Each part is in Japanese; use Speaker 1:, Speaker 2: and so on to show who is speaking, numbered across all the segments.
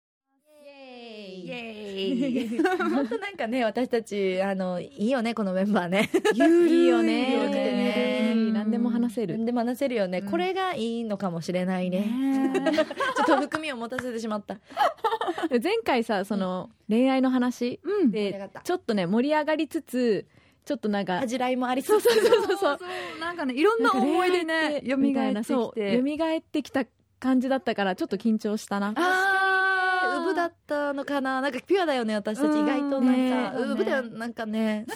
Speaker 1: い。
Speaker 2: 本当なんかね、私たち、あの、いいよね、このメンバーね。
Speaker 1: ゆ
Speaker 2: いいよ
Speaker 1: ゆる
Speaker 2: ね
Speaker 1: くてね
Speaker 2: うん
Speaker 1: 何でも話せる。
Speaker 2: でも話せるよね、
Speaker 1: うん
Speaker 2: これがいいのかもしれないね。
Speaker 1: ね
Speaker 2: ちょっと含みを持たせてしまった。
Speaker 1: 前回さその恋愛の話
Speaker 3: うん
Speaker 2: 盛り上がっ
Speaker 1: で
Speaker 2: た
Speaker 1: ちょっとね盛り上がりつつちょっとなんか
Speaker 2: 恥じらいもありそ
Speaker 1: そううそうそうそう
Speaker 3: そうなんかねいろんな思い出ね蘇
Speaker 1: みた
Speaker 3: っ
Speaker 1: い
Speaker 3: て
Speaker 1: な
Speaker 3: きて
Speaker 1: そう蘇ってきた感じだったからちょっと緊張したな
Speaker 2: あーウブだったのかななんかピュアだよね私たち
Speaker 3: うん
Speaker 2: 意外となんか、
Speaker 3: ね
Speaker 2: ウブだよなんかね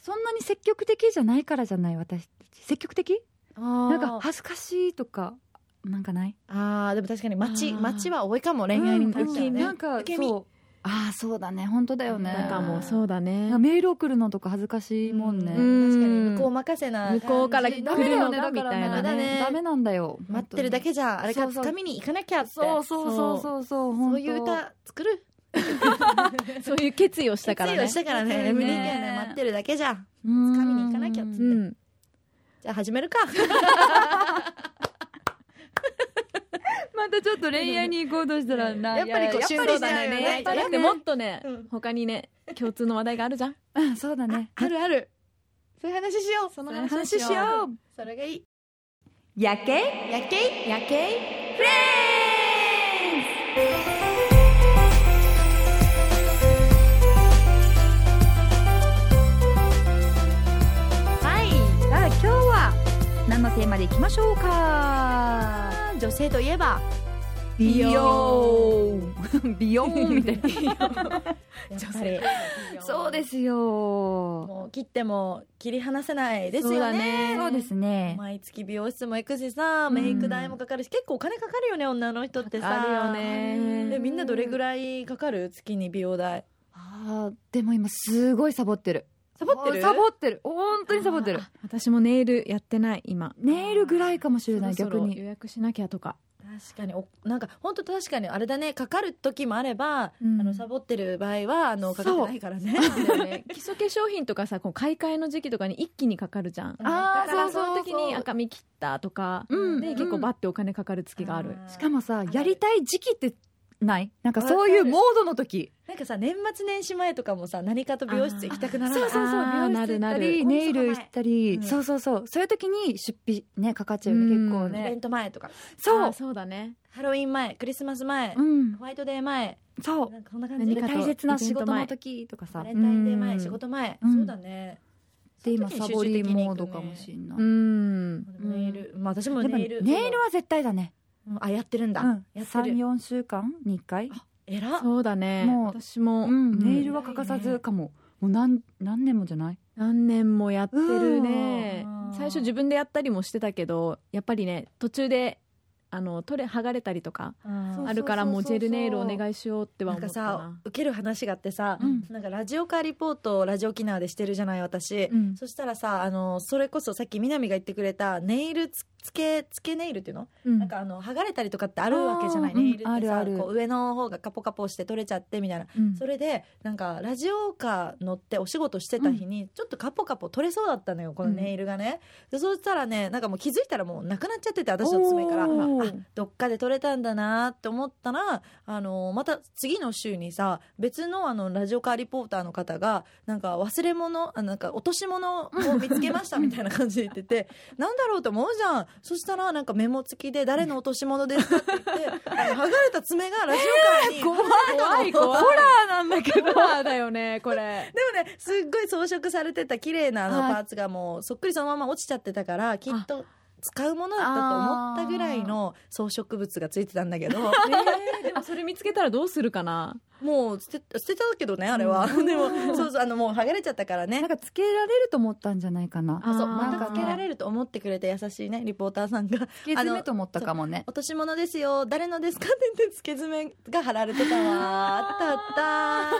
Speaker 3: そんなに積極的じゃないからじゃない私たち積極的
Speaker 2: な
Speaker 3: なんか恥ずかしいとかなんかない
Speaker 2: あーでも確かに街
Speaker 1: あー
Speaker 2: 街は多いかも恋愛に関してはね、
Speaker 3: なんか
Speaker 2: 受け身
Speaker 3: そうああそうだね本当だよね
Speaker 1: なんかもうそうだね
Speaker 3: なんかメール送るのとか恥ずかしいもんね、
Speaker 1: うん
Speaker 2: 確かに向こう任せな
Speaker 1: 向こうから来
Speaker 2: 感じ
Speaker 1: る
Speaker 2: ダ
Speaker 3: ダ
Speaker 2: メ
Speaker 3: メ
Speaker 2: だよ
Speaker 3: だよ
Speaker 1: ね
Speaker 3: ね
Speaker 1: だ
Speaker 3: だか
Speaker 1: か
Speaker 3: らら
Speaker 2: ダメだ
Speaker 3: ね
Speaker 1: ね
Speaker 2: ね
Speaker 3: ダメなんだよ
Speaker 2: 待ってるだけじゃあれか
Speaker 3: そうそう
Speaker 2: 掴みに行かなきゃって
Speaker 3: そうそうそうそうそう本
Speaker 2: そ
Speaker 3: 当
Speaker 2: ういう歌作る
Speaker 1: そういう決意をしたから
Speaker 2: 決意を
Speaker 1: ね
Speaker 2: したからね
Speaker 3: そう
Speaker 2: ね
Speaker 3: ね
Speaker 2: 無理だよね待ってるだけじゃ掴
Speaker 3: 掴
Speaker 2: みに行かなきゃっつって
Speaker 1: うん
Speaker 2: じゃあ始めるか
Speaker 3: またちょっと恋愛に行こうとしたらな
Speaker 2: やっぱりこう
Speaker 3: い
Speaker 2: やっぱりしないよね
Speaker 1: やっぱりだってもっとね
Speaker 2: うん
Speaker 1: 他にね共通の話題があるじゃん
Speaker 3: うんそうだね
Speaker 2: あるあるそういう話しようその
Speaker 3: 話しよう
Speaker 2: それがいい
Speaker 3: やけ
Speaker 2: 夜景夜景
Speaker 3: はいさあ今日は何のテーマでいきましょうか
Speaker 2: 女性といえば
Speaker 3: 美容 美容みた い
Speaker 2: やっぱり
Speaker 3: なそうですよ
Speaker 2: もう切っても切り離せないです
Speaker 1: そう
Speaker 2: よ
Speaker 1: だ
Speaker 2: ね
Speaker 1: ね
Speaker 3: そうですね
Speaker 2: 毎月美容室も行くしさメイク代もかかるし、結構お金かかるよね女の人ってさ
Speaker 1: あるよね
Speaker 2: でみんなどれぐらいかかる月に美容代
Speaker 3: あーでも今すごいサボってる
Speaker 2: サボってる
Speaker 3: サボってる本当にサボってる
Speaker 1: あ私もネイルやってない今
Speaker 3: ネイルぐらいかもしれない
Speaker 1: そろそ
Speaker 3: 逆
Speaker 1: ろ
Speaker 3: に
Speaker 1: 予約しなきゃとか
Speaker 2: 確かにおなんか本当確かにあれだねかかる時もあれば、
Speaker 3: うん
Speaker 2: あのサボってる場合はあのかかってないから ね
Speaker 1: 基礎化粧品とかさこう買い替えの時期とかに一気にかかるじゃん
Speaker 3: あー
Speaker 1: だから
Speaker 3: そう
Speaker 1: その
Speaker 3: そうそう
Speaker 1: 時に赤身切ったとか
Speaker 3: うん
Speaker 1: で結構バッてお金かかる月がある
Speaker 3: しかもさ
Speaker 2: る
Speaker 3: やりたい時期ってないなんかそういうモードの時
Speaker 2: なんかさ年末年始前とかもさ何かと美容室行きたくならない
Speaker 3: そうそうそう
Speaker 1: あー
Speaker 3: 美容室行った
Speaker 1: なるなる
Speaker 3: りネイルしたり、
Speaker 2: うん
Speaker 3: そうそうそうそういう時に出費ねかかっちゃうよね、
Speaker 1: うん
Speaker 3: 結構
Speaker 2: イベ
Speaker 3: ね
Speaker 2: ント前とか
Speaker 3: そ
Speaker 1: あー
Speaker 3: う
Speaker 1: そうだね
Speaker 2: ハロウィン前クリスマス前、
Speaker 3: うん
Speaker 2: ホワイトデー前
Speaker 3: そう
Speaker 2: なんかこんな感じ
Speaker 1: 何かと
Speaker 3: 大切な仕事の時とか
Speaker 2: バ
Speaker 3: さ
Speaker 2: レンタインデー前
Speaker 1: うん
Speaker 2: 仕事前、
Speaker 3: うん
Speaker 2: そうだね
Speaker 3: で今
Speaker 2: その
Speaker 3: サ
Speaker 2: 時に
Speaker 3: ボ
Speaker 2: 集中
Speaker 3: り
Speaker 2: 的に行
Speaker 3: モ
Speaker 2: くね
Speaker 3: ードかもしんない、
Speaker 1: うん
Speaker 2: でもネイル、まあ私も
Speaker 3: でも
Speaker 2: ネイ
Speaker 3: ネイ
Speaker 2: ル
Speaker 3: ルは絶対だね、
Speaker 2: うんあやってるんだ、
Speaker 3: うん、
Speaker 2: やってる
Speaker 3: 34週間に1回
Speaker 2: えら
Speaker 1: そうだね
Speaker 3: もう
Speaker 1: 私も、
Speaker 3: うん、
Speaker 1: うん
Speaker 3: ネイルは欠かさずかももう何何年もじゃない
Speaker 1: 何年もやってるね
Speaker 2: うん
Speaker 1: 最初自分でやったりもしてたけどやっぱりね途中であの取れ剥がれたりとか
Speaker 3: そう
Speaker 1: あるからもうジェルネイルお願いしようっては
Speaker 2: なん
Speaker 1: 思っ
Speaker 2: か
Speaker 1: た
Speaker 2: さ
Speaker 1: な
Speaker 2: 受ける話があってさ、
Speaker 3: うん
Speaker 2: なんかラジオカーリポートをラジオキナーでしてるじゃない私、
Speaker 3: うん
Speaker 2: そしたらさあのそれこそさっき南が言ってくれたネイルつつけつけネイルっていうの、
Speaker 1: うん
Speaker 2: なんかあの剥がれたりとかってあるわけじゃない
Speaker 3: あー
Speaker 2: ネイルってさ、
Speaker 3: うんあるある
Speaker 2: こう上の方がカポカポして取れちゃってみたいな、
Speaker 1: うん
Speaker 2: それでなんかラジオカー乗ってお仕事してた日にちょっとカポカポ取れそうだったのよこのネイルがね、でそうしたらねなんかもう気づいたらもうなくなっちゃってて私の爪から。
Speaker 1: おー
Speaker 2: あどっかで取れたんだなって思ったら、あのまた次の週にさ別のあのラジオカーリポーターの方がなんか忘れ物あなんか落とし物を見つけましたみたいな感じで言っててなんだろうと思うじゃんそしたらなんかメモ付きで「誰の落とし物ですか?」って言ってあの剥がれた爪がラジオカーに、
Speaker 1: 怖い怖いホラーなんだけどホラーだよねこれ
Speaker 2: でもねすっごい装飾されてた綺麗なあの
Speaker 3: はい
Speaker 2: パーツがもうそっくりそのまま落ちちゃってたからきっと使うものだったと思ったぐらいの装飾物がついてたんだけど。
Speaker 1: えー でもそれ見つけたらどうするかな
Speaker 2: もう捨て捨てたけどねあれは、 でもそうそうあのもう剥がれちゃったから
Speaker 3: なん
Speaker 2: ね
Speaker 3: かつけられると思ったんじゃないかな
Speaker 1: あ
Speaker 2: そう
Speaker 1: ー
Speaker 2: またつけられると思ってくれて優しいねリポーターさんが
Speaker 3: つけ詰めと思ったかもね
Speaker 2: 「落とし物ですよ誰のですか?」って言ってつけ爪が貼られてたわあったあ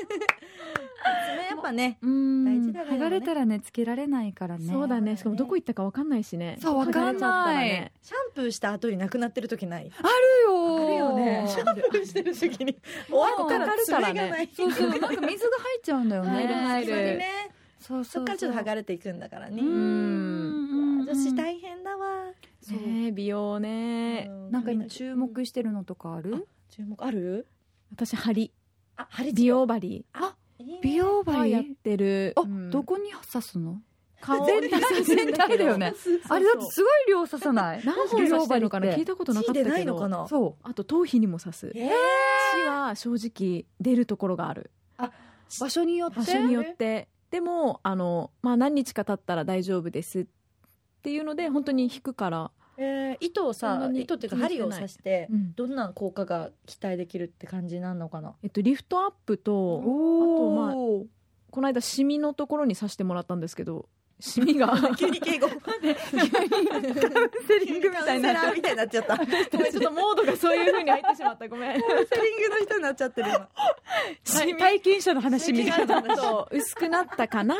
Speaker 2: った爪やっぱね
Speaker 3: うん
Speaker 2: 大事だからね
Speaker 3: 剥がれたらねつけられないからね
Speaker 1: そうだねしかもどこ行ったか分かんないしね
Speaker 3: そうわかんない
Speaker 2: シャンプーした後になくなってる時ない
Speaker 3: あるよ
Speaker 1: ある よね
Speaker 2: シャンプーしてる時に終わったら爪がない
Speaker 3: そうそうなんか水が入っちゃうんだよね
Speaker 1: 入る入
Speaker 2: そ
Speaker 1: る
Speaker 2: こにね
Speaker 3: そう
Speaker 2: そ
Speaker 3: そ
Speaker 2: っ
Speaker 3: う
Speaker 2: からちょっと剥
Speaker 3: れ
Speaker 2: がれていくんだからね
Speaker 3: うん
Speaker 2: 女子大変だわ、
Speaker 1: ねねえ美容ね
Speaker 2: う
Speaker 3: なんか今注目してるのとかある
Speaker 2: 注目ある
Speaker 1: 私ハリ
Speaker 2: あハリ
Speaker 1: 美容針
Speaker 2: あ
Speaker 3: 美容
Speaker 1: がやっ
Speaker 3: 針
Speaker 1: てる
Speaker 3: あ、
Speaker 1: うん
Speaker 3: どこに刺すの
Speaker 1: 顔
Speaker 3: 全体全体だよねあれだってすごい量刺さない
Speaker 1: 何本刺してるのかな
Speaker 3: 美容針
Speaker 1: 聞
Speaker 3: っ
Speaker 1: い
Speaker 3: て
Speaker 1: たことなかった
Speaker 2: で
Speaker 1: けど
Speaker 2: ないのかな
Speaker 3: そう
Speaker 1: あと頭皮にも刺す
Speaker 2: えー
Speaker 1: 血は正直出るところがある
Speaker 3: 場所によって
Speaker 1: 場所によってでもあの、まあ、何日か経ったら大丈夫ですっていうので本当に引くから、
Speaker 2: えー糸を
Speaker 1: そんな
Speaker 2: さ
Speaker 1: に
Speaker 2: 糸っていうか針を刺して
Speaker 1: うん
Speaker 2: どんな効果が期待できるって感じなのかな
Speaker 1: えっと、リフトアップと
Speaker 3: お
Speaker 1: あ
Speaker 3: お、
Speaker 1: この間シミのところに刺してもらったんですけどシミが
Speaker 2: 急に敬語
Speaker 3: セリングみたいになっちゃう
Speaker 2: みたいになっちゃったカウンセ
Speaker 1: ごめんちょっとモードがそういう風に入ってしまったごめん
Speaker 2: リングの人になっちゃってる今
Speaker 1: シミ
Speaker 3: 体験者の話みたいな
Speaker 2: な
Speaker 1: そう薄くなったかなっ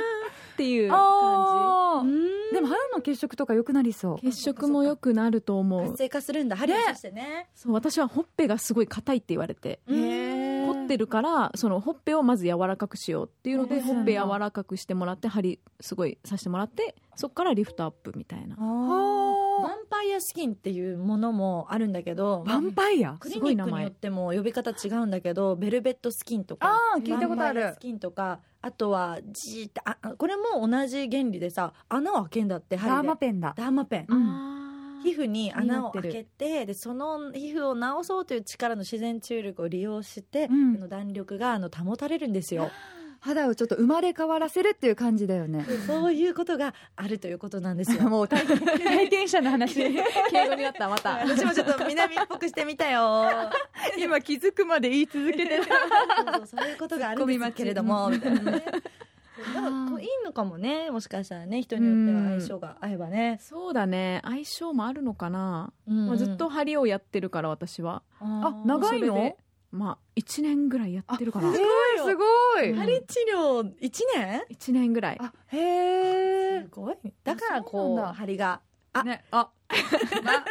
Speaker 1: ていう感
Speaker 3: あー
Speaker 2: で
Speaker 3: でも肌の血色とか良くなりそう
Speaker 1: じ血色も良くなると思
Speaker 2: 活
Speaker 1: う
Speaker 2: 性化するんだ針を刺してね
Speaker 1: そう私はほっぺがすごい硬いって言われて
Speaker 2: へ
Speaker 3: ー
Speaker 1: 凝ってるからそのほっぺをまず柔らかくしようっていうので
Speaker 3: そう
Speaker 1: ほ
Speaker 3: なん
Speaker 1: っ
Speaker 3: だ
Speaker 1: ぺ柔らかくしてもらって針すごい刺してもらってそこからリフトアップみたいな
Speaker 2: あーヴァンパイアスキンっていうものもあるんだけど
Speaker 3: ヴァンパイア
Speaker 2: ク
Speaker 1: す
Speaker 2: リ
Speaker 1: ご
Speaker 2: ニ
Speaker 1: い
Speaker 2: ッ
Speaker 1: 名
Speaker 2: クに
Speaker 1: 前
Speaker 2: よっても呼び方違うんだけどベルベットスキンとか
Speaker 3: あー聞いたこと
Speaker 2: バ
Speaker 3: ある
Speaker 2: ンバイアスキンとかあとはジーってああこれも同じ原理でさ穴を開けんだって針で
Speaker 3: ダーマペンだ
Speaker 2: ダーマペン
Speaker 3: う
Speaker 1: うんん
Speaker 2: 皮膚に穴を開
Speaker 1: 気に
Speaker 2: けてでその皮膚を治そうという力の自然注力を利用して、
Speaker 3: うん
Speaker 2: あの弾力があの保たれるんですよ
Speaker 3: 肌をちょっと生まれ変わらせるっていう感じだよね
Speaker 2: そういうことがあるということなん ですよ
Speaker 3: もう体験 体験者の 話
Speaker 1: 敬語になったまた
Speaker 2: 私もちょっと南っぽくしてみた よ
Speaker 3: 今気づくまで言い続けて
Speaker 2: そ
Speaker 3: る
Speaker 2: うそうそういうことがあるんです けれども
Speaker 3: ツ
Speaker 2: みたいなね
Speaker 3: ん
Speaker 2: でもこういいのかもねもしかしたらね人によっては相性が合えばね、
Speaker 1: そうだね相性もあるのかな、
Speaker 2: うん
Speaker 1: まあ、ずっと針をやってるから私は
Speaker 2: あ
Speaker 3: 長いの
Speaker 1: それでまあ1年ぐらいやってるかな
Speaker 2: あ
Speaker 3: えーすごい、
Speaker 1: うん
Speaker 2: 針治療一年
Speaker 1: 1年ぐらい
Speaker 3: あへ
Speaker 2: すごいだから
Speaker 3: そう
Speaker 2: こ
Speaker 3: な
Speaker 2: うん
Speaker 3: だ
Speaker 2: 針があ
Speaker 3: ねああ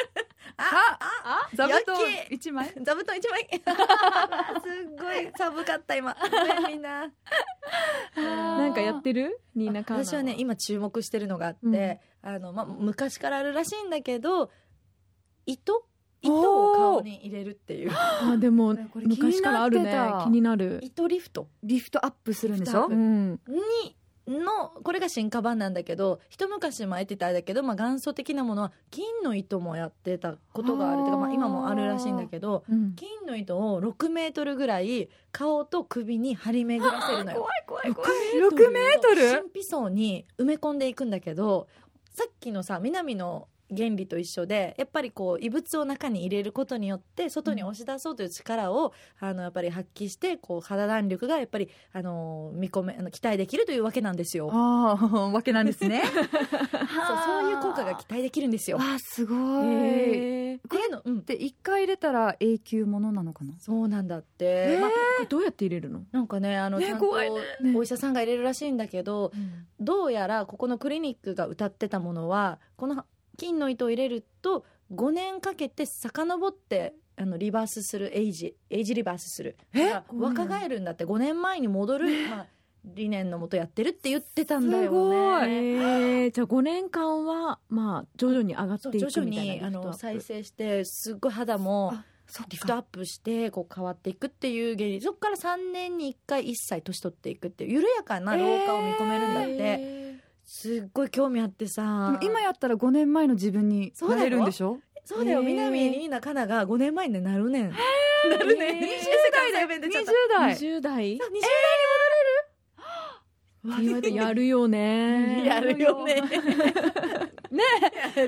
Speaker 3: あ座布団
Speaker 2: やっけ
Speaker 3: 一枚
Speaker 2: 座布団一枚 すっごい寒かった今ごめんみんな
Speaker 1: なんかやってるニーナカーナ
Speaker 2: 私はね今注目してるのがあって、あのまあ、昔からあるらしいんだけど糸糸を顔に入れるっていう
Speaker 1: あでも
Speaker 3: これ気になってた
Speaker 1: 昔からあるね気になる
Speaker 2: 糸リフト
Speaker 3: リフトアップするんでしょ
Speaker 2: リフトアップ
Speaker 1: うん
Speaker 2: にのこれが進化版なんだけど一昔前って言ったらあれだけど、まあ、元祖的なものは金の糸もやってたことがある
Speaker 3: あー
Speaker 2: てか、まあ、今もあるらしいんだけど
Speaker 1: うん
Speaker 2: 金の糸を6メートルぐらい顔と首に張り巡らせるのよ。
Speaker 3: い怖
Speaker 1: い怖い
Speaker 3: 六メートル
Speaker 2: 神秘層に埋め込んでいくんだけどさっきのさ南の原理と一緒でやっぱりこう異物を中に入れることによって外に押し出そうという力を、あのやっぱり発揮してこう肌弾力がやっぱりあの見込めあの期待できるというわけなんですよ。
Speaker 3: ああ わけなんです ね
Speaker 2: そうそういう効果が期待できるんですよ。っ
Speaker 3: わあすごい
Speaker 1: へー
Speaker 2: ていうの、うん、
Speaker 3: で一回入れたら永久ものなのかな
Speaker 2: そうなんだって、
Speaker 3: えー
Speaker 2: まあ
Speaker 1: これどうやって入れるの
Speaker 2: なんかねあの、
Speaker 3: ね
Speaker 2: ちゃんと
Speaker 3: 怖いね
Speaker 2: お医者さんが入れるらしいんだけどどうやらここのクリニックが歌ってたものはこの金の糸を入れると5年かけて遡ってあのリバースするエイジエイジリバースする
Speaker 3: え
Speaker 2: だから若返るんだって5年前に戻る、まあ、理念のもとやってるって言ってたんだよね。
Speaker 3: すごい
Speaker 1: へーじゃあ5年間はまあ徐々に上がっ
Speaker 2: そう
Speaker 1: てい
Speaker 2: 徐
Speaker 1: く
Speaker 2: 々
Speaker 1: みたいな
Speaker 2: にあ
Speaker 1: リフトア
Speaker 2: の
Speaker 1: ップ
Speaker 2: 再生してすっごい肌も
Speaker 3: あそっ
Speaker 2: リフトアップしてこう変わっていくっていう原理そこから3年に1回1歳年取っていくっていう緩やかな老化を見込めるんだって、
Speaker 1: へー
Speaker 2: すっごい興味あって
Speaker 3: で
Speaker 2: さ
Speaker 3: も今やったら5年前の自分に
Speaker 2: そうだ
Speaker 3: な
Speaker 2: よ
Speaker 3: れるんでしょ
Speaker 2: そうだよ
Speaker 1: へー
Speaker 2: 南リーナカナが5年前になるねん
Speaker 1: なる
Speaker 2: ねん
Speaker 1: ね
Speaker 2: 代だよ弁
Speaker 3: 20
Speaker 2: 出ちゃった
Speaker 3: 代
Speaker 1: 20代って
Speaker 2: 20
Speaker 1: 言われてやるよ ね
Speaker 2: やるよね
Speaker 3: ね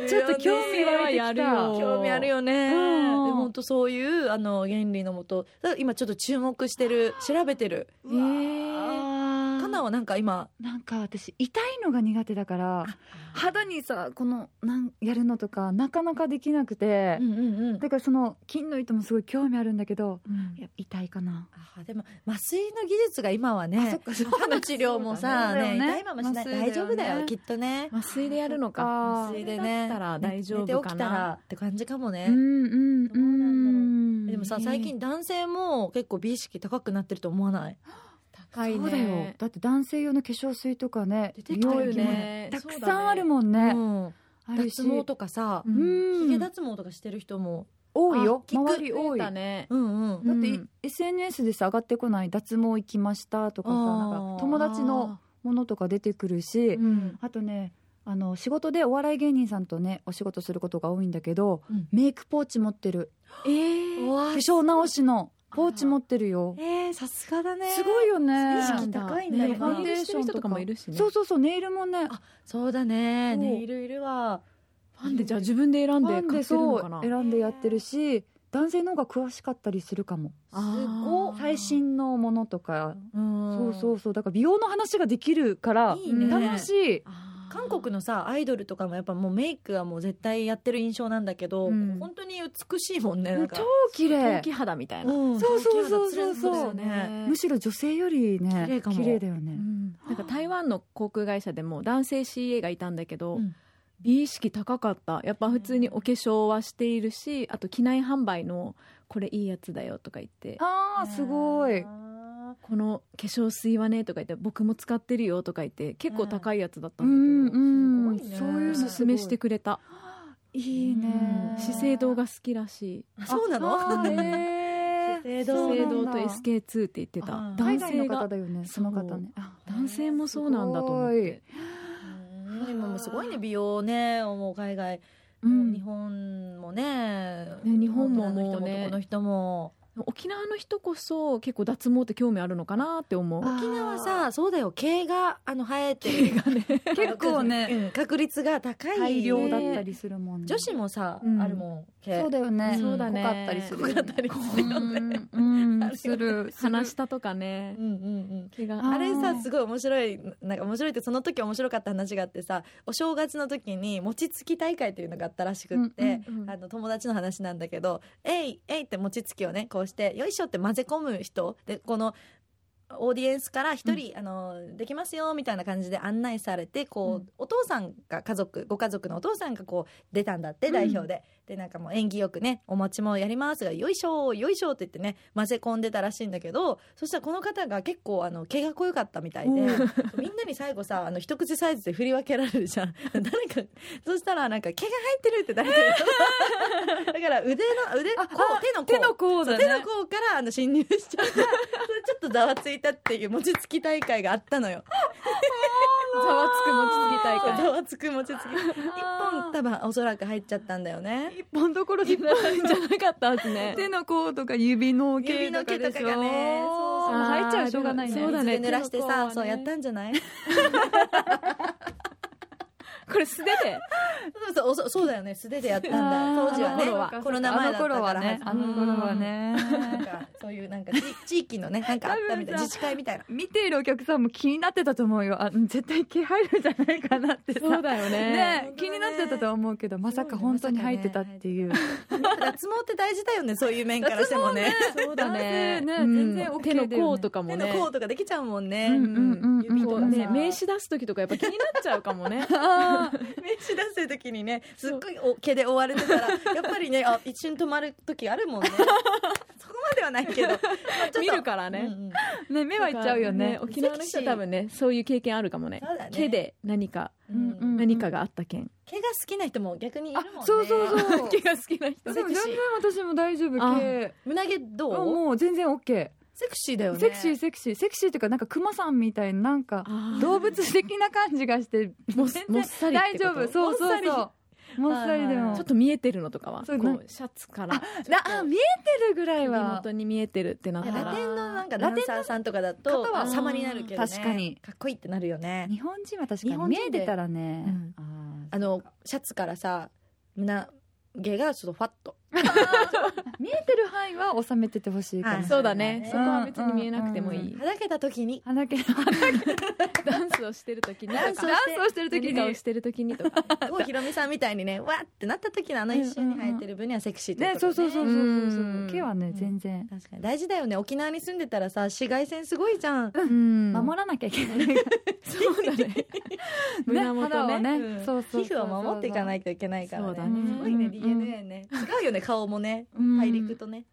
Speaker 2: ちょっと
Speaker 3: 興味湧いてきた
Speaker 1: やるよ
Speaker 2: 興味あるよね
Speaker 3: う
Speaker 2: で
Speaker 3: ん
Speaker 2: も本当そういうあの原理のもとだから今ちょっと注目してる調べてる
Speaker 1: へー
Speaker 2: カ
Speaker 3: か
Speaker 2: ナ
Speaker 3: な
Speaker 2: はなんか今
Speaker 3: なんか私痛いのが苦手だから肌にさこのなんやるのとかなかなかできなくて、
Speaker 2: うんうんうん
Speaker 3: だからその金の糸もすごい興味あるんだけど
Speaker 1: うん
Speaker 3: いや痛いかな、
Speaker 2: あでも麻酔の技術が今は
Speaker 3: あそっ
Speaker 2: ね
Speaker 3: かそっか
Speaker 2: 歯の治療もさ、
Speaker 3: そうだ
Speaker 2: ね
Speaker 3: よね
Speaker 2: 痛いまましない
Speaker 3: 麻酔だよね
Speaker 2: 大丈夫だよきっとね
Speaker 1: 麻酔でやるの
Speaker 3: そ
Speaker 1: か
Speaker 3: っ
Speaker 2: 麻
Speaker 3: か
Speaker 2: 酔でね
Speaker 1: だったら大丈夫か
Speaker 2: 寝て起きたら
Speaker 1: な
Speaker 2: って感じかもね、
Speaker 3: うんうん
Speaker 2: ど
Speaker 3: う
Speaker 2: うなん
Speaker 3: ん
Speaker 2: でもさ
Speaker 1: ね
Speaker 2: 最近男性も結構美意識高くなってると思わない
Speaker 1: 高い
Speaker 3: そうだよ
Speaker 1: ね
Speaker 3: だって男性用の化粧水とかね
Speaker 2: 出てきてるよね
Speaker 3: 美容液もたくさんあるもん
Speaker 2: う
Speaker 3: ね
Speaker 2: ん
Speaker 3: あるし
Speaker 2: 脱毛とかさ
Speaker 1: う
Speaker 3: うん
Speaker 2: 髭
Speaker 3: ん
Speaker 2: 脱毛とかしてる人も
Speaker 3: 多いよ
Speaker 1: あ聞く
Speaker 3: 周り多い
Speaker 1: 増えたね
Speaker 2: うんうん
Speaker 3: だって、
Speaker 1: う
Speaker 3: い
Speaker 1: ん
Speaker 3: SNS でさ上がってこない脱毛行きましたとかさ
Speaker 2: あー
Speaker 3: なんか友達のものとか出てくるし
Speaker 2: うん
Speaker 3: あとねあの仕事でお笑い芸人さんとねお仕事することが多いんだけど、
Speaker 2: うん
Speaker 3: メイクポーチ持ってる
Speaker 1: えー
Speaker 2: うわ
Speaker 3: 化粧直しのポーチ持ってるよ
Speaker 2: えーさすがだね
Speaker 3: すごいよね
Speaker 2: 意識高いんだ
Speaker 1: ね
Speaker 2: よ
Speaker 1: フ
Speaker 2: な
Speaker 1: ァンデーションとかもいるしね
Speaker 3: そう
Speaker 1: フ
Speaker 3: そうそうネイルもね
Speaker 2: あそうだね
Speaker 3: そう
Speaker 2: ネイルいるわ
Speaker 1: ァンでじゃあ自分で選んで
Speaker 3: ファン
Speaker 1: 買
Speaker 3: で
Speaker 1: ってる
Speaker 3: そ
Speaker 1: のかな
Speaker 3: う選んでやってるし男性の方が詳しかったりするかも
Speaker 1: あー
Speaker 2: すごい
Speaker 3: 最新のものとかそ
Speaker 2: そう
Speaker 3: そうそうだから美容の話ができるから
Speaker 2: いいね
Speaker 3: 楽しい
Speaker 2: 韓国のさアイドルとかもやっぱもうメイクはもう絶対やってる印象なんだけど、
Speaker 3: うん
Speaker 2: 本当に美しいもんねなんか
Speaker 3: 超綺
Speaker 1: 陶
Speaker 3: 麗
Speaker 1: 器肌みたいな、
Speaker 2: うん
Speaker 3: そうそうそうそう
Speaker 2: キラキラ
Speaker 3: そ
Speaker 2: つ
Speaker 3: う
Speaker 2: るんでるよね
Speaker 3: むしろ女性よりね
Speaker 2: 綺麗かも
Speaker 3: 綺麗だよ
Speaker 1: う
Speaker 3: ね
Speaker 1: んなんか台湾の航空会社でも男性 CA がいたんだけど、
Speaker 2: うん
Speaker 1: 美意識高かったやっぱ普通にお化粧はしているしあと機内販売のこれいいやつだよとか言って
Speaker 3: あーすごい
Speaker 2: あ
Speaker 1: この化粧水はねとか言って僕も使ってるよとか言って結構高いやつだった
Speaker 3: うんん
Speaker 1: だけど、
Speaker 3: う
Speaker 2: すごいね
Speaker 3: んそういう
Speaker 1: お
Speaker 3: の
Speaker 1: すすめしてくれた、
Speaker 3: いいね
Speaker 2: うん
Speaker 1: 資生堂が好きらしい
Speaker 2: ーそうなの
Speaker 3: あへー
Speaker 2: 資生
Speaker 1: 資
Speaker 2: 堂
Speaker 1: 生
Speaker 2: なんだ
Speaker 1: 堂と SK2 って言ってた
Speaker 2: あー
Speaker 1: 男
Speaker 3: 海外
Speaker 1: 性
Speaker 3: の
Speaker 1: が
Speaker 3: 方だよねその方ねあ
Speaker 1: 男性もそうなんだと思って
Speaker 2: うん今もすごいね美容ねもう海外、
Speaker 3: うん
Speaker 2: 日本もね
Speaker 1: ね日本ももうね
Speaker 2: 女の人も
Speaker 1: 沖縄の人こそ結構脱毛って興味あるのかなって思う
Speaker 3: あー
Speaker 2: 男の人も沖縄さそうだよ毛があの生えてる
Speaker 3: 結構ね
Speaker 2: うん確率が高い
Speaker 3: 大量だったりするもんね
Speaker 2: 女子もさ、
Speaker 1: うん
Speaker 2: あるもん毛
Speaker 3: そうだよね
Speaker 2: そうだ
Speaker 1: ね
Speaker 3: 濃かったりするよね
Speaker 2: 濃かったりするよね
Speaker 3: うん
Speaker 2: あるよ
Speaker 3: う
Speaker 2: ね
Speaker 3: んするする
Speaker 1: 鼻下とかね
Speaker 2: うんうんうん
Speaker 1: 毛が
Speaker 3: ー
Speaker 2: あれさ
Speaker 3: はい
Speaker 2: すごい面白いなんか面白いってその時面白かった話があってさお正月の時に餅つき大会っていうのがあったらしくって、
Speaker 3: うん
Speaker 1: うんうん
Speaker 2: あの友達の話なんだけど「えいえい」って餅つきをねこうして「よいしょ」って混ぜ込む人でこのオーディエンスから一人、あのできますよみたいな感じで案内されてこう、
Speaker 1: うん
Speaker 2: お父さんが家族ご家族のお父さんがこう出たんだって代表で、でなんかもう縁起よくね「お餅もやります」が「よいしょよいしょ」って言ってね混ぜ込んでたらしいんだけどそしたらこの方が結構あの毛が濃ゆかったみたいでみ
Speaker 1: お
Speaker 2: ん
Speaker 1: ー
Speaker 2: なに最後さあの一口サイズで振り分けられるじゃん 誰かそしたらなんか毛が入ってるって誰か言った だから腕の腕こ
Speaker 3: ああ
Speaker 2: う手の甲
Speaker 3: 手の甲だ
Speaker 2: 手の
Speaker 3: ね
Speaker 2: 甲からあの侵入しちゃったそれちょっとざわついたっていう餅つき大会があったのよ
Speaker 1: ざわつく餅つき大
Speaker 2: ざ
Speaker 1: 会
Speaker 2: わつく餅つき一本多分おそらく入っちゃったんだよね
Speaker 3: 一本どころじゃない
Speaker 1: じゃなかったです ね
Speaker 3: 手の甲とか指の毛とかでしょ
Speaker 2: 指の毛とかがねそうそう
Speaker 3: もう入っちゃうしょうがないね
Speaker 1: あーそうだね
Speaker 2: 水で濡らして
Speaker 1: 手の甲は
Speaker 2: さ
Speaker 1: ね
Speaker 2: そうやったんじゃない
Speaker 1: これ素手で
Speaker 2: そうそうおそそうだよね素手でやったんだ
Speaker 3: あー
Speaker 2: 当時は
Speaker 1: あの頃
Speaker 2: ね
Speaker 1: は
Speaker 2: コロナ前だったから
Speaker 3: あの頃はねあの頃は
Speaker 2: な
Speaker 3: ね
Speaker 2: んかそういうなんか地地域のねなんかあったみたいな自治会みたいな
Speaker 3: 見ているお客さんも気になってたと思うよあ絶対毛入るんじゃないかなってさ
Speaker 1: そうだよね
Speaker 3: ね気になってたと思うけどまさか本当に入ってたっていう
Speaker 2: 脱毛って大事だよねそういう面からしてもね
Speaker 1: そうだ
Speaker 3: 男性
Speaker 1: ね
Speaker 3: ね
Speaker 1: うん
Speaker 3: 全然 OK だよね
Speaker 1: 手の甲とかも
Speaker 2: 手
Speaker 1: ね
Speaker 2: の甲とかできちゃうもんね
Speaker 3: うんうんうんうん
Speaker 2: 指と
Speaker 1: こ
Speaker 2: か
Speaker 1: う
Speaker 2: さ
Speaker 1: ね名
Speaker 2: 名
Speaker 1: 刺出す時とかやっぱ気になっちゃうかもね
Speaker 2: 刺出す時にねすっごいお毛で覆われてたらや っぱりねあ一瞬止まる時あるもんねそこまではないけど、まあちょっと
Speaker 1: 見るからね
Speaker 2: うんうん
Speaker 3: ね目はいっちゃうよね
Speaker 1: 沖縄の人は多分ねそういう経験あるかもね
Speaker 2: そうだね
Speaker 1: 毛で何か
Speaker 2: うん
Speaker 3: うんうん
Speaker 1: 何かがあった件、
Speaker 2: 毛が好きな人も逆にいるもんね
Speaker 3: あそうそうそう
Speaker 1: 毛が好きな人
Speaker 3: でも全然私も大丈夫
Speaker 1: あ
Speaker 3: 毛
Speaker 2: 胸毛どう
Speaker 3: もう全然 OK
Speaker 2: セクシーだよね
Speaker 3: セクシーセクシーセクシーっていうかなんかクマさんみたいななんか動物的な感じが して
Speaker 1: もっ
Speaker 3: 全
Speaker 1: も
Speaker 3: 然
Speaker 1: っさりっ
Speaker 3: 大
Speaker 1: てこ
Speaker 3: 丈
Speaker 1: と
Speaker 3: 夫そうそうそうもっさり
Speaker 2: はい
Speaker 3: で
Speaker 2: はいは
Speaker 3: も
Speaker 2: い
Speaker 1: ちょっ
Speaker 3: ちょっ
Speaker 1: と見えてるのとかはこ
Speaker 3: そうなん
Speaker 1: うシャツから
Speaker 3: となあ見えてるぐらい
Speaker 1: 首
Speaker 3: は
Speaker 1: 元に見えてるってなっ
Speaker 2: いや
Speaker 1: た
Speaker 2: ラ
Speaker 1: ら
Speaker 2: テンのなんかダンサーさんとかだ
Speaker 3: ラテンの
Speaker 2: と
Speaker 3: 方は
Speaker 2: 様になるけどね
Speaker 3: 確かに
Speaker 2: かっこいいってなるよね
Speaker 3: 日本人は確
Speaker 2: 日
Speaker 3: かに
Speaker 2: 本
Speaker 3: 見え
Speaker 2: 人で
Speaker 3: てたらね
Speaker 1: うん
Speaker 3: あー
Speaker 2: あのシャツからさ胸毛がちょっとファッと
Speaker 3: 見えてる範囲は収めててほしいか
Speaker 2: は
Speaker 3: ら
Speaker 2: い
Speaker 1: そうだね
Speaker 2: うん
Speaker 1: そこは別に見えなくてもいい、
Speaker 3: うん
Speaker 2: はだけた時に
Speaker 3: 鼻毛
Speaker 1: ダンスをしてる時にとか
Speaker 2: ダンス
Speaker 3: ダンスをしてる時
Speaker 1: 何かを
Speaker 3: に
Speaker 1: してる時にとか
Speaker 2: 郷ひろみさんみたいにねわーってなった時のあの一瞬に生えてる分にはセクシーって
Speaker 3: ね
Speaker 2: こと
Speaker 3: そうそうそうそうそうそう
Speaker 1: うん
Speaker 3: 毛はね
Speaker 2: ん
Speaker 3: 全然
Speaker 2: 確かに大事だよね沖縄に住んでたらさ紫外線すごいじゃん
Speaker 1: うん
Speaker 3: 守らなきゃいけないから
Speaker 1: そうだね胸
Speaker 3: ね
Speaker 1: 元
Speaker 3: 肌を
Speaker 1: ね
Speaker 3: ね
Speaker 2: うん
Speaker 3: そうそうそう
Speaker 2: 皮膚を守っていかないといけないから
Speaker 1: そうだ
Speaker 2: ね
Speaker 1: ね
Speaker 2: すごいね
Speaker 3: うん
Speaker 2: DNA ね違うよね顔もね
Speaker 3: うん
Speaker 2: 大陸とね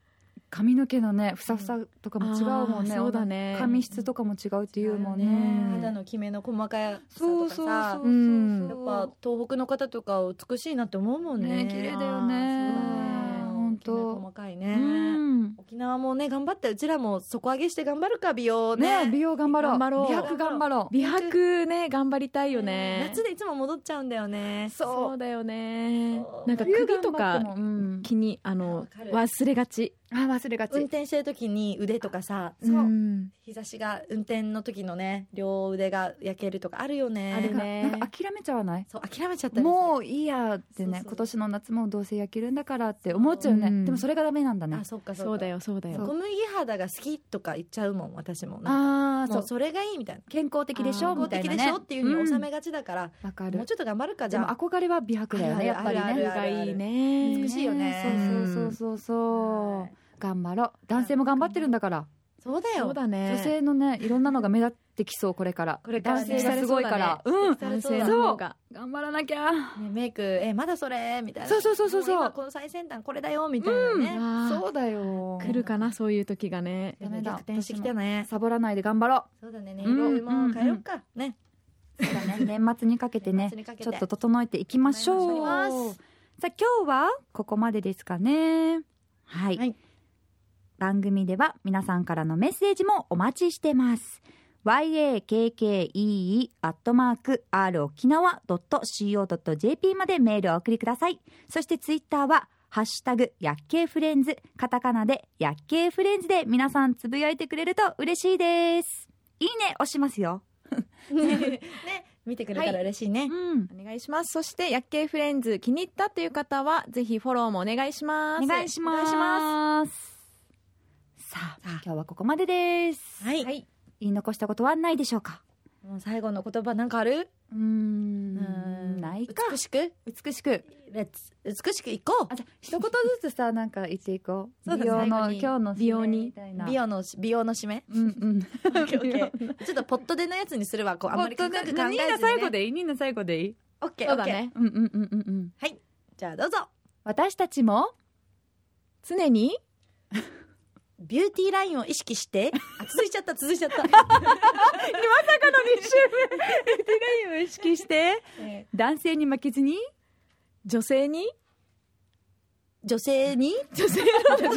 Speaker 3: 髪の毛のねふさふさとかも違うもんね
Speaker 1: あーそうだね
Speaker 3: 髪質とかも違うっていうもんね
Speaker 2: 違うよ肌のキメの細かいさ
Speaker 3: そ
Speaker 2: とか
Speaker 3: うそうそ
Speaker 2: さ
Speaker 3: う
Speaker 1: う
Speaker 2: やっぱ東北の方とか美しいなって思うもんね
Speaker 3: ね綺麗だよね
Speaker 2: あーそうだね
Speaker 3: 本本
Speaker 2: きな
Speaker 3: 当
Speaker 2: 細かいうね、
Speaker 3: ん
Speaker 2: 沖縄もね頑張ってうちらも底上げして頑張るか美容ね
Speaker 3: ね美容頑張ろう
Speaker 1: 頑張ろう
Speaker 3: 美白頑張ろう
Speaker 1: 美白ね頑張りたいよね
Speaker 2: 夏でいつも戻っちゃうんだよね
Speaker 1: そうだよね
Speaker 2: そう
Speaker 1: なんか首
Speaker 3: 冬頑
Speaker 1: と
Speaker 3: 張っても
Speaker 1: か
Speaker 3: うん
Speaker 1: 気にあの
Speaker 2: わかる
Speaker 1: 忘れがち
Speaker 3: あ忘れが
Speaker 2: 運
Speaker 3: ち
Speaker 2: 転してる時に腕とかさ
Speaker 3: うん
Speaker 2: 日差しが運転の時のね両腕が焼けるとかあるよね
Speaker 1: あるね
Speaker 3: なんか諦めちゃわない
Speaker 2: そう諦めちゃったりする
Speaker 3: もういいやってね
Speaker 2: そうそう
Speaker 3: 今年の夏もどうせ焼けるんだからって思っちゃうよね、
Speaker 1: うん
Speaker 3: でもそれがダメなんだね
Speaker 2: あそっかそっか
Speaker 1: そうだよそうだ
Speaker 3: そ
Speaker 1: よ
Speaker 2: 小麦肌が好きとか言っちゃうもん私もなんかも
Speaker 3: あーそ
Speaker 2: う
Speaker 3: う
Speaker 2: それがいいみたいな
Speaker 3: 健康的でしょ
Speaker 1: あー
Speaker 3: み
Speaker 2: 公
Speaker 3: たい
Speaker 2: 的
Speaker 3: な
Speaker 2: で
Speaker 3: ね
Speaker 2: しょっていうふうに収めがちだから、
Speaker 3: わか
Speaker 2: もう
Speaker 3: る
Speaker 2: ちょっと頑張るかじ
Speaker 3: でも
Speaker 2: ゃあ
Speaker 3: 憧れは美白だよねやっぱり
Speaker 2: あるあ
Speaker 3: ね
Speaker 2: るあるある
Speaker 1: いいね
Speaker 2: 美しいよね
Speaker 3: そうそうそうそうそう、
Speaker 2: はい
Speaker 3: 頑張ろう男性も頑張ってるんだから
Speaker 2: そうだよ
Speaker 1: そうだね
Speaker 3: 女性のねいろんなのが目立ってきそうこれから
Speaker 2: これから
Speaker 3: 男
Speaker 2: ね
Speaker 3: 性がすごいからう,、ん
Speaker 2: 男
Speaker 1: 男
Speaker 2: 性
Speaker 1: 性
Speaker 2: の
Speaker 1: の
Speaker 3: 方
Speaker 1: 方
Speaker 3: が
Speaker 1: が
Speaker 3: 頑張らなきゃ
Speaker 2: ね、メイクえまだそれみたいな
Speaker 3: そうそうそうそうそう
Speaker 2: も今この最先端これだよみたいなね、
Speaker 3: そうだよ
Speaker 1: 来るかなそういう時がね
Speaker 2: で
Speaker 3: ダ
Speaker 2: も
Speaker 3: メだ
Speaker 2: 逆転してきたね
Speaker 3: サボらないで頑張ろ
Speaker 2: そうだねネイ
Speaker 1: うん
Speaker 2: ルも変えようか、ね
Speaker 3: うそうだね年末にかけて
Speaker 2: 年
Speaker 3: ね
Speaker 2: 末にかけ
Speaker 3: ちょ
Speaker 2: て
Speaker 3: っと整えていきましょ
Speaker 2: お
Speaker 3: う
Speaker 2: 願いします
Speaker 3: さあ今日はここまでですかねはい、
Speaker 2: はい
Speaker 3: 番組では皆さんからのメッセージもお待ちしてます yakkee.r 沖縄 .co.jp までメールをお送りくださいそしてツイッターはハッシュタグ薬系フレンズカタカナで薬系フレンズで皆さんつぶやいてくれると嬉しいですいいね押しますよ
Speaker 2: ね見てくれたら嬉しいね、
Speaker 3: うん
Speaker 1: お願いしますそして薬系フレンズ気に入ったという方はぜひフォローもお願いします
Speaker 3: お願いし
Speaker 1: お願いしま
Speaker 3: ます。さあ、
Speaker 2: さあ
Speaker 3: 今日はここまでです。
Speaker 2: はい、
Speaker 1: はい
Speaker 3: 言い残したことはないでしょうか。
Speaker 2: もう最後の言葉なんかある
Speaker 3: うーん、ないか。
Speaker 2: 美しく
Speaker 3: 美しく。
Speaker 2: レッツ美しくいこ
Speaker 3: あ、じゃあ一言ずつさ、なんか言っていこう。
Speaker 2: そうだね
Speaker 3: 美容
Speaker 2: 最後
Speaker 3: の
Speaker 2: に
Speaker 3: 今日の
Speaker 1: 美容に
Speaker 3: みたいな。
Speaker 2: う美。容の美容の締め
Speaker 3: うんうん。
Speaker 2: オッケーオッケーちょっとポットでのやつにするわこうあんまり深く考えずに、ね、
Speaker 3: でいい、ニーナ最後でいい。
Speaker 2: オッケー
Speaker 1: そ
Speaker 2: オッ
Speaker 1: うだ
Speaker 2: ケー
Speaker 1: ね
Speaker 3: うんうんうんうんうん。
Speaker 2: じゃあどうぞ
Speaker 3: 私たちも
Speaker 1: 常に
Speaker 2: ビューティーラインを意識してあ続いちゃった続いちゃった、
Speaker 3: ラインを意識 して、
Speaker 2: え
Speaker 3: 男性に負けずに、
Speaker 1: 女性に
Speaker 2: ー女性に
Speaker 1: 女性女性に私が違う
Speaker 2: イメー
Speaker 1: だ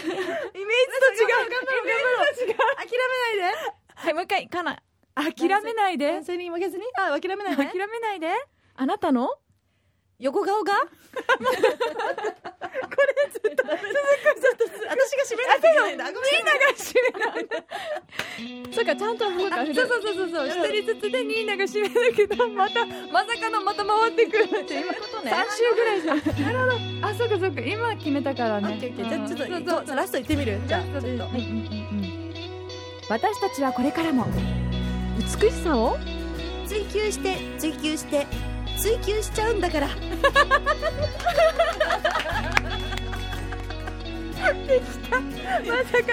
Speaker 2: ジと違う頑張ろう頑 張ろう諦めないで
Speaker 1: はいもう一回かな
Speaker 3: 諦めないで
Speaker 2: 男、性に負けずにあ諦めない
Speaker 3: 諦
Speaker 2: で
Speaker 3: めないで、
Speaker 1: あなたの
Speaker 2: 横顔が これずっと続くずっと私が締めなきゃいけないんだごめんなさい
Speaker 1: そうかちゃんとそうか
Speaker 3: そうそうそうそうそう一人ずつでニーナが締めるけどまたまさかのまた回ってくるって今
Speaker 1: ことね
Speaker 3: 3週ぐらいしたなるほどあそうかそうか今決めたから
Speaker 2: オ
Speaker 3: ね
Speaker 2: ッケーオッケーじゃあちょっと
Speaker 3: うん
Speaker 2: ちょっとラスト行ってみるじゃあちょっと
Speaker 3: うんうんうん私たちはこれからも美しさを
Speaker 2: 追求して追求して追求しちゃうんだから
Speaker 3: まさか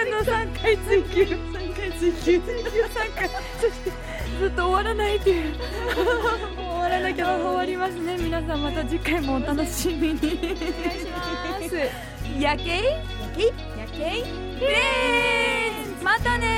Speaker 3: の3回追求3回追求追求3回そしてずっと終わらない というもう終わらなきゃ 終わりますね皆さんまた次回もお楽しみに
Speaker 2: お願いし ます
Speaker 3: 夜景夜景フレンズまたね